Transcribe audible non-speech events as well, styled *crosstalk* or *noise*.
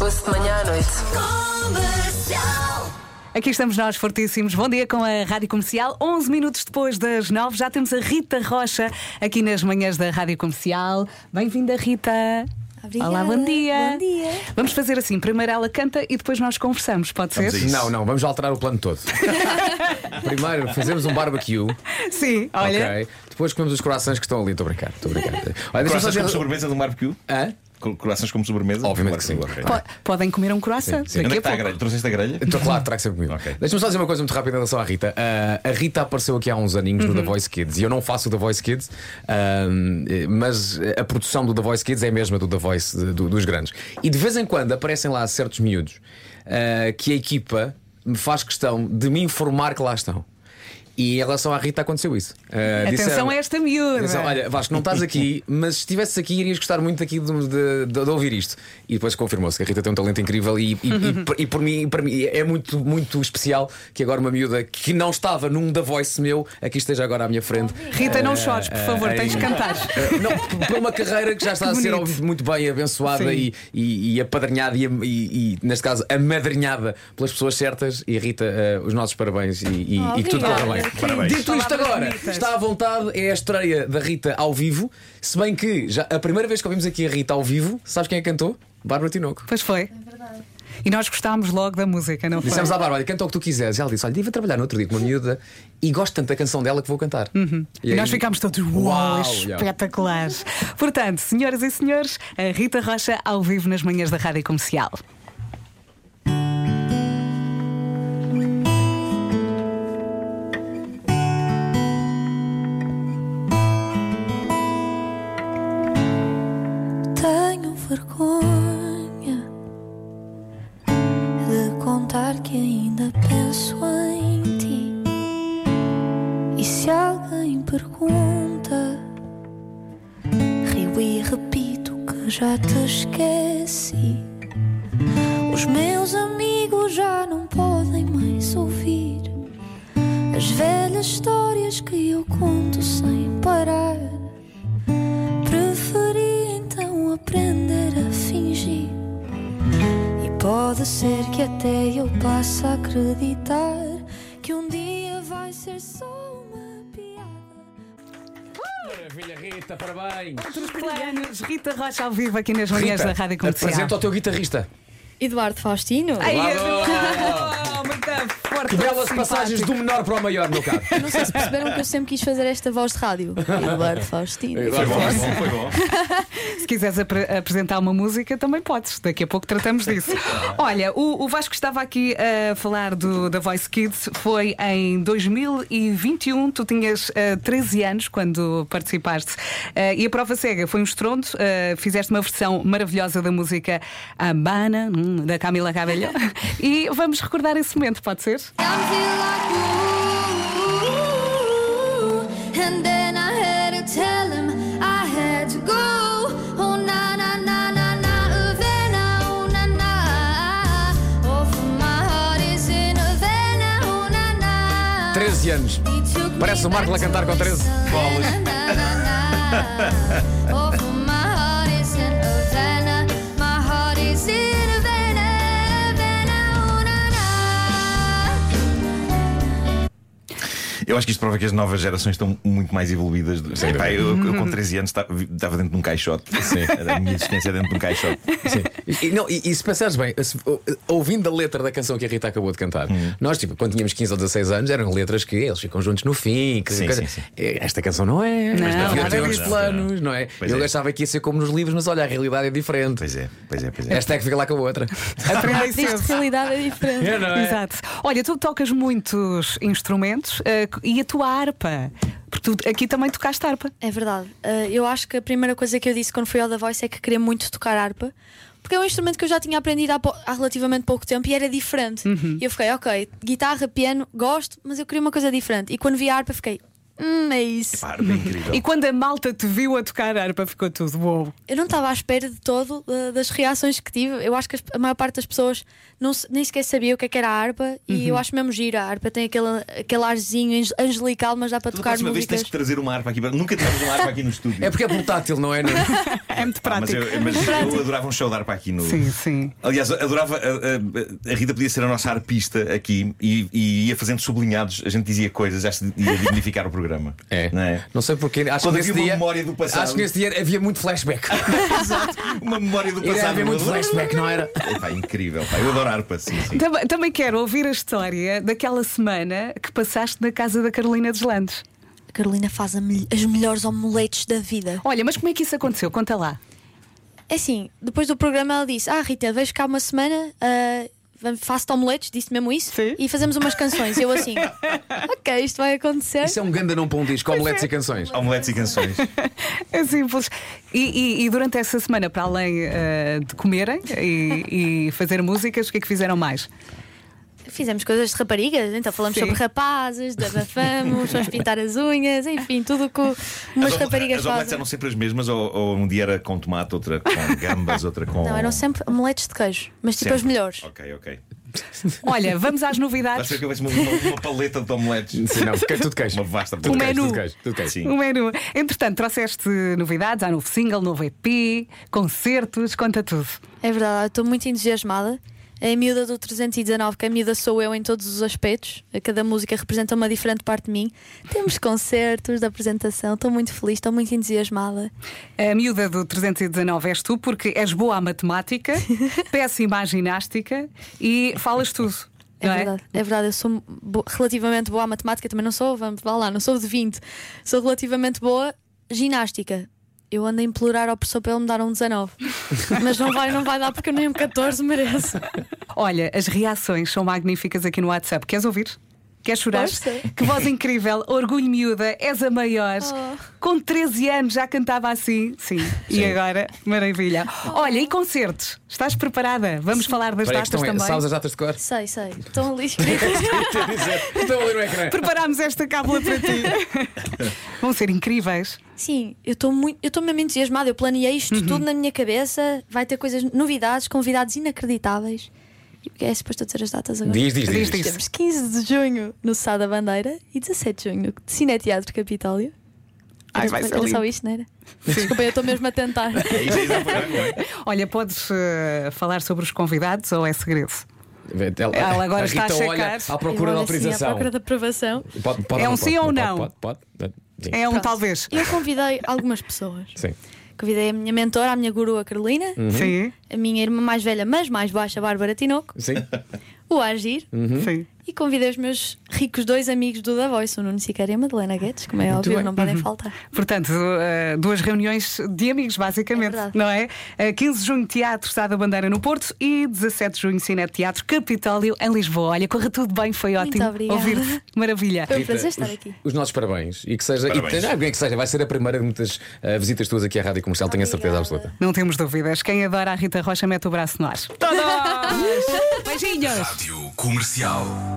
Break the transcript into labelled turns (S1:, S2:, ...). S1: Ouço de manhã à noite.
S2: Aqui estamos nós fortíssimos. Bom dia com a Rádio Comercial. 11 minutos depois das 9, já temos a Rita Rocha aqui nas manhãs da Rádio Comercial. Bem-vinda, Rita.
S3: Obrigada.
S2: Olá, bom dia.
S3: Bom dia.
S2: Vamos fazer assim: primeiro ela canta e depois nós conversamos, pode ser?
S4: Vamos a isso.
S5: Não, não, vamos alterar o plano
S4: *laughs*
S5: todo. Primeiro fazemos um barbecue,
S2: Sim, olha.
S5: ok? Depois comemos os croissants que estão ali, estou a brincar, estou a brincar. Olha, deixa-me só
S4: Croissants
S5: dizer-
S4: como sobremesa de um barbecue?
S5: Hã?
S4: Co- Croissants como sobremesa?
S5: Obviamente
S4: Um
S5: que sim.
S4: barbecue,
S2: Po-
S4: ok.
S2: Podem comer um croissant.
S5: Sim, sim.
S4: Onde é que
S2: Daqui a
S4: está a
S2: pouco.
S4: grelha? Trouxeste a grelha?
S5: Estou Então, claro, trago sempre comigo.
S4: Ok.
S5: Deixa-me só dizer uma coisa muito rápida em relação à Rita. Ah, a Rita apareceu aqui há uns aninhos
S2: Uhum.
S5: no The Voice Kids e eu não faço o The Voice Kids, ahm, eh, mas a produção do The Voice Kids é a mesma do The Voice eh, do- dos grandes. E de vez em quando aparecem lá certos miúdos ah, que a equipa me faz questão de me informar que lá estão. E em relação à Rita aconteceu isso. Ah,
S2: Atenção
S5: disseram-
S2: a esta miúda.
S5: Atenção, olha, Vasco, não estás aqui, mas se estivesse aqui irias gostar muito daqui de, de- de- de ouvir isto. E depois confirmou-se que a Rita tem um talento incrível e, e- e por- e por mim, para mim é muito, muito especial que agora uma miúda que não estava num da voice meu aqui esteja agora à minha frente.
S2: Rita,
S4: eh,
S2: não chores, por favor,
S5: Ah,
S2: tens de
S5: aí-
S2: cantar.
S5: Ah, Não, p- para uma carreira que já
S2: Que
S5: está a ser
S2: bonito.
S5: óbvio, muito bem
S2: Sim.
S5: abençoada e, e- e apadrinhada e, am- e- e, neste caso, amadrinhada pelas pessoas certas. E Rita, ah, os nossos parabéns e, e-
S3: Oh,
S5: e que tudo corra bem.
S3: obrigada.
S4: Parabéns.
S5: Dito isto
S2: Palavras
S5: agora,
S2: bonitas.
S5: está à vontade, é a estreia da Rita ao vivo. Se bem que já a primeira vez que ouvimos aqui a Rita ao vivo, sabes quem a cantou? Bárbara Tinoco.
S2: Pois
S3: É
S2: foi. E nós gostámos logo da música, não foi?
S5: Dissemos à Bárbara, olha, canta o que tu quiseres. E ela disse, olha, estive a trabalhar no outro dia com uma miúda e gosto tanto da canção dela que vou cantar.
S2: E,
S5: aí-
S2: Uhum. nós ficámos todos uau,
S5: Uau, yeah.
S2: espetacular. Portanto, senhoras e senhores, a Rita Rocha ao vivo nas manhãs da Rádio Comercial.
S3: Tenho vergonha de contar que ainda penso em ti. E se alguém pergunta, rio e repito que já te esqueci. Os meus amigos já não podem mais ouvir as velhas histórias que eu conto sem parar. Preferi então aprender a fingir. E pode ser que até eu passe a acreditar que um dia vai ser só uma piada.
S5: Maravilha, Rita, parabéns.
S2: Outros planos, Rita Rocha ao vivo aqui nas manhãs da
S5: Rita,
S2: Rádio Comercial.
S5: apresenta ao teu guitarrista.
S6: Eduardo Faustino?
S2: Ai, é
S5: Bravo!
S2: verdade. *laughs* Muito forte,
S5: Que belas
S2: simpático.
S5: passagens do menor para o maior, meu caro.
S6: Não sei se perceberam que eu sempre quis fazer esta voz de *laughs* rádio. Eduardo Faustino.
S4: Foi bom, foi bom, foi bom.
S2: Se quiseres apre- apresentar uma música, também podes. Daqui a pouco tratamos disso.
S6: *laughs*
S2: Olha, o, o Vasco estava aqui a falar do, da Voice Kids. Foi em 2021. Tu tinhas eh, 13 anos quando participaste. Eh, e a prova cega foi um estrondo. Eh, fizeste uma versão maravilhosa da música Habana, hum, da Camila Cabello.
S6: *laughs*
S2: e vamos recordar esse momento, pode ser?
S3: I feel like ooh, and then I had to tell him I had to go. Oh na na na na na, Havana, oh na na. Oh, for my heart is in Havana, oh na na.
S5: 13 anos. Parece o Marco a cantar com 13.
S4: Bolas.
S3: oh,
S4: Eu acho que isto prova que as novas gerações estão muito mais evoluídas. do- Epá, eu, eu com 13 anos estava estava dentro de um caixote. A minha existência é dentro de um caixote.
S5: Sim. E, e não, e, e se pensares bem, se- ou- ouvindo a letra da canção que a Rita acabou de cantar, nós, tipo, quando tínhamos 15 ou 16 anos, eram letras que eles ficam juntos no fim. Que
S4: Sim,
S5: coisa-
S4: sim, sim.
S5: Esta canção não é.
S2: Não,
S5: eu
S2: nada
S5: tinha uns
S4: disso.
S5: planos, não é?
S4: Pois
S5: eu
S4: é.
S5: achava que ia ser como nos livros, mas olha, a realidade é diferente.
S4: Pois é, pois é, pois é.
S5: Esta é que fica lá com a *laughs* outra.
S2: Aprendem
S6: Diz
S2: sempre.
S6: que realidade é diferente.
S2: Exato. Olha, tu tocas muitos instrumentos eh, e a tua harpa. Porque tu aqui também tocaste harpa.
S6: É verdade. Uh, eu acho que a primeira coisa que eu disse quando fui ao The Voice é que queria muito tocar harpa, porque é um instrumento que eu já tinha aprendido há, pou- há relativamente pouco tempo e era
S4: Uhum.
S6: diferente. E eu fiquei, ok, guitarra, piano, gosto, mas eu queria uma coisa diferente. E quando vi a harpa, fiquei. hum, é isso.
S4: Pá, é incrível.
S2: E quando a malta te viu a tocar a harpa, ficou tudo uou.
S6: Eu não estava à espera de todo uh, das reações que tive. Eu acho que as- a maior parte das pessoas não se- nem sequer sabia o que, é que era a harpa e
S4: Uhum.
S6: eu acho mesmo giro. A harpa tem aquele, aquele arzinho ange- angelical, mas dá para
S4: Tu da
S6: tocar
S4: próxima vez tens
S6: músicas.
S4: que trazer uma harpa aqui. para- Nunca tivemos uma harpa aqui no estúdio.
S5: É porque é portátil, não é? Não-
S2: É muito
S4: Pá, Ah, mas
S2: prático.
S4: eu, mas eu adorava um show de harpa aqui no.
S2: Sim, sim.
S4: Aliás, adorava. A, a- a Rita podia ser a nossa arpista aqui e, e ia fazendo sublinhados. A gente dizia coisas, acho que ia dignificar o
S5: *laughs*
S4: programa.
S5: É.
S4: Não é?
S5: Não sei porquê. Acho
S4: Quando
S5: que nesse
S4: havia uma
S5: dia,
S4: memória do passado.
S5: Acho que nesse dia havia muito flashback.
S4: Uma memória do
S5: Era,
S4: passado.
S5: havia muito flashback, não era?
S4: Epá, incrível. Pá. Eu adoro harpa, sim, sim.
S2: Também, também quero ouvir a história daquela semana que passaste na casa da Carolina dos Landes.
S6: A Carolina faz a mel- as melhores omeletes da vida.
S2: Olha, mas como é que isso aconteceu? Conta lá.
S6: É assim, depois do programa ela disse: Ah, Rita, vejo cá uma semana, ah, vamos- faço-te omeletes, disse mesmo isso,
S2: Sim.
S6: e fazemos umas canções. Eu
S4: *laughs*
S6: assim, ok, isto vai acontecer.
S5: Isso é um ganda não para um disco, omeletes e canções.
S4: Omeletes e canções.
S2: É simples. E, e- e durante essa semana, para além eh, de comerem e, e fazer músicas, o que é que fizeram mais?
S4: é-
S6: Fizemos coisas de raparigas, então falamos
S2: Sim.
S6: sobre rapazes, desabafamos, vamos pintar as unhas, enfim, tudo o que umas
S4: as om-
S6: raparigas
S4: as omeletes
S6: fazem.
S4: eram sempre as mesmas, ou, ou um dia era com tomate, outra com gambas, outra com.
S6: Não, eram sempre omeletes de queijo, mas tipo
S4: Sempre.
S6: as melhores.
S4: Ok, ok.
S2: Olha, vamos às
S4: Acho
S2: novidades.
S4: que eu vejo uma, uma- uma paleta
S5: *laughs*
S4: de omeletes.
S5: Sim, não, que- tudo queijo.
S4: Uma vasta
S5: Tudo
S2: Um
S5: queijo,
S2: menu.
S5: tudo queijo, tudo queijo.
S4: Sim.
S2: O Um menu. Entretanto, trouxeste novidades, há novo single, novo EP, concertos, conta tudo.
S6: É verdade, eu estou muito entusiasmada. A miúda do 319, que a miúda sou eu em todos os aspectos, cada música representa uma diferente parte de mim. Temos concertos de apresentação, estou muito feliz, estou muito entusiasmada.
S2: A miúda do 319 és tu, porque és boa à
S6: *laughs*
S2: matemática, péssima à ginástica e falas tudo.
S6: É
S2: não
S6: verdade, é verdade, eu sou bo- relativamente boa à matemática, também não sou, vamos vá lá, não sou de 20, sou relativamente boa ginástica. Eu ando a implorar ao professor para ele me dar um 19. Mas não vai, não vai dar porque eu nem um 14 mereço.
S2: Olha, as reações são magníficas aqui no WhatsApp. Queres ouvir? Queres chorar?
S6: Posso.
S2: Que voz incrível, orgulho miúda, és a maior.
S6: Oh.
S2: Com 13 anos já cantava assim. Sim. E agora, maravilha. Olha, e concertos? Estás preparada? Vamos falar das
S5: Espera aí, a
S2: datas
S5: questão é,
S2: também.
S5: sabes as datas de *laughs* cor?
S6: Sei, sei, estão ali escritas.
S5: Estão a ler Então, o ecrã.
S2: Preparámos esta cábula para ti.
S5: *laughs*
S2: Vão ser incríveis.
S6: Sim, eu estou muito, eu estou mesmo entusiasmada, eu planeei isto tudo na minha cabeça, vai ter coisas, novidades, convidados inacreditáveis. E é suposto eu dizer as datas agora.
S5: Diz, diz, diz.
S2: Diz, diz.
S6: Temos 15 de junho no Sá da Bandeira e 17 de junho no Cine Teatro Capitólio.
S2: Ai,
S6: Era,
S2: vai ser
S6: era
S2: lindo.
S6: só isto, não era? Desculpa, eu estou mesmo a tentar.
S4: É isso, é isso, é um programa, não é?
S2: Olha, podes eh, falar sobre os convidados ou é segredo?
S5: Ela,
S2: Ela agora
S5: a
S2: está
S5: Rita
S2: a checar.
S5: olha à
S6: Eu
S5: procura da
S6: olho assim
S5: autorização.
S6: À procura da aprovação.
S5: Pode- pode
S2: É um
S5: pode?
S2: sim ou
S5: Pode,
S2: não?
S5: Pode, pode. pode. Sim.
S2: É um
S6: Pronto.
S2: talvez.
S6: Eu convidei algumas pessoas.
S5: Sim.
S6: Convidei a minha mentora, a minha guru, a Carolina,
S2: Sim,
S6: a minha irmã mais velha, mas mais baixa, a Bárbara Tinoco,
S5: Sim.
S2: É.
S6: o Agir,
S2: sim.
S6: E convidei os meus ricos dois amigos do Da Voice, o Nuno Siqueira e a Madalena Guedes, como é óbvio,
S5: bem.
S6: não podem
S5: *laughs*
S6: faltar.
S2: Portanto, eh, duas reuniões de amigos, basicamente,
S6: É verdade.
S2: não é? Eh, 15 de junho, Teatro Sá da Bandeira no Porto e 17 de junho, Cine Teatro Capitólio em Lisboa. Olha, corre tudo bem, foi
S6: Muito
S2: ótimo
S6: obrigada.
S2: ouvir-te. Maravilha.
S6: Foi um prazer
S5: Rita,
S6: estar
S5: os-
S6: aqui.
S5: Os nossos parabéns. E que seja.
S4: Parabéns.
S5: E tem, ah, bem que seja. Vai ser a primeira de muitas ah, visitas tuas aqui à Rádio Comercial, tenho a certeza
S6: Obrigada.
S5: absoluta.
S2: Não temos dúvidas. Quem adora a Rita Rocha mete o braço no ar. Todos! Beijinhos!
S1: Rádio Comercial.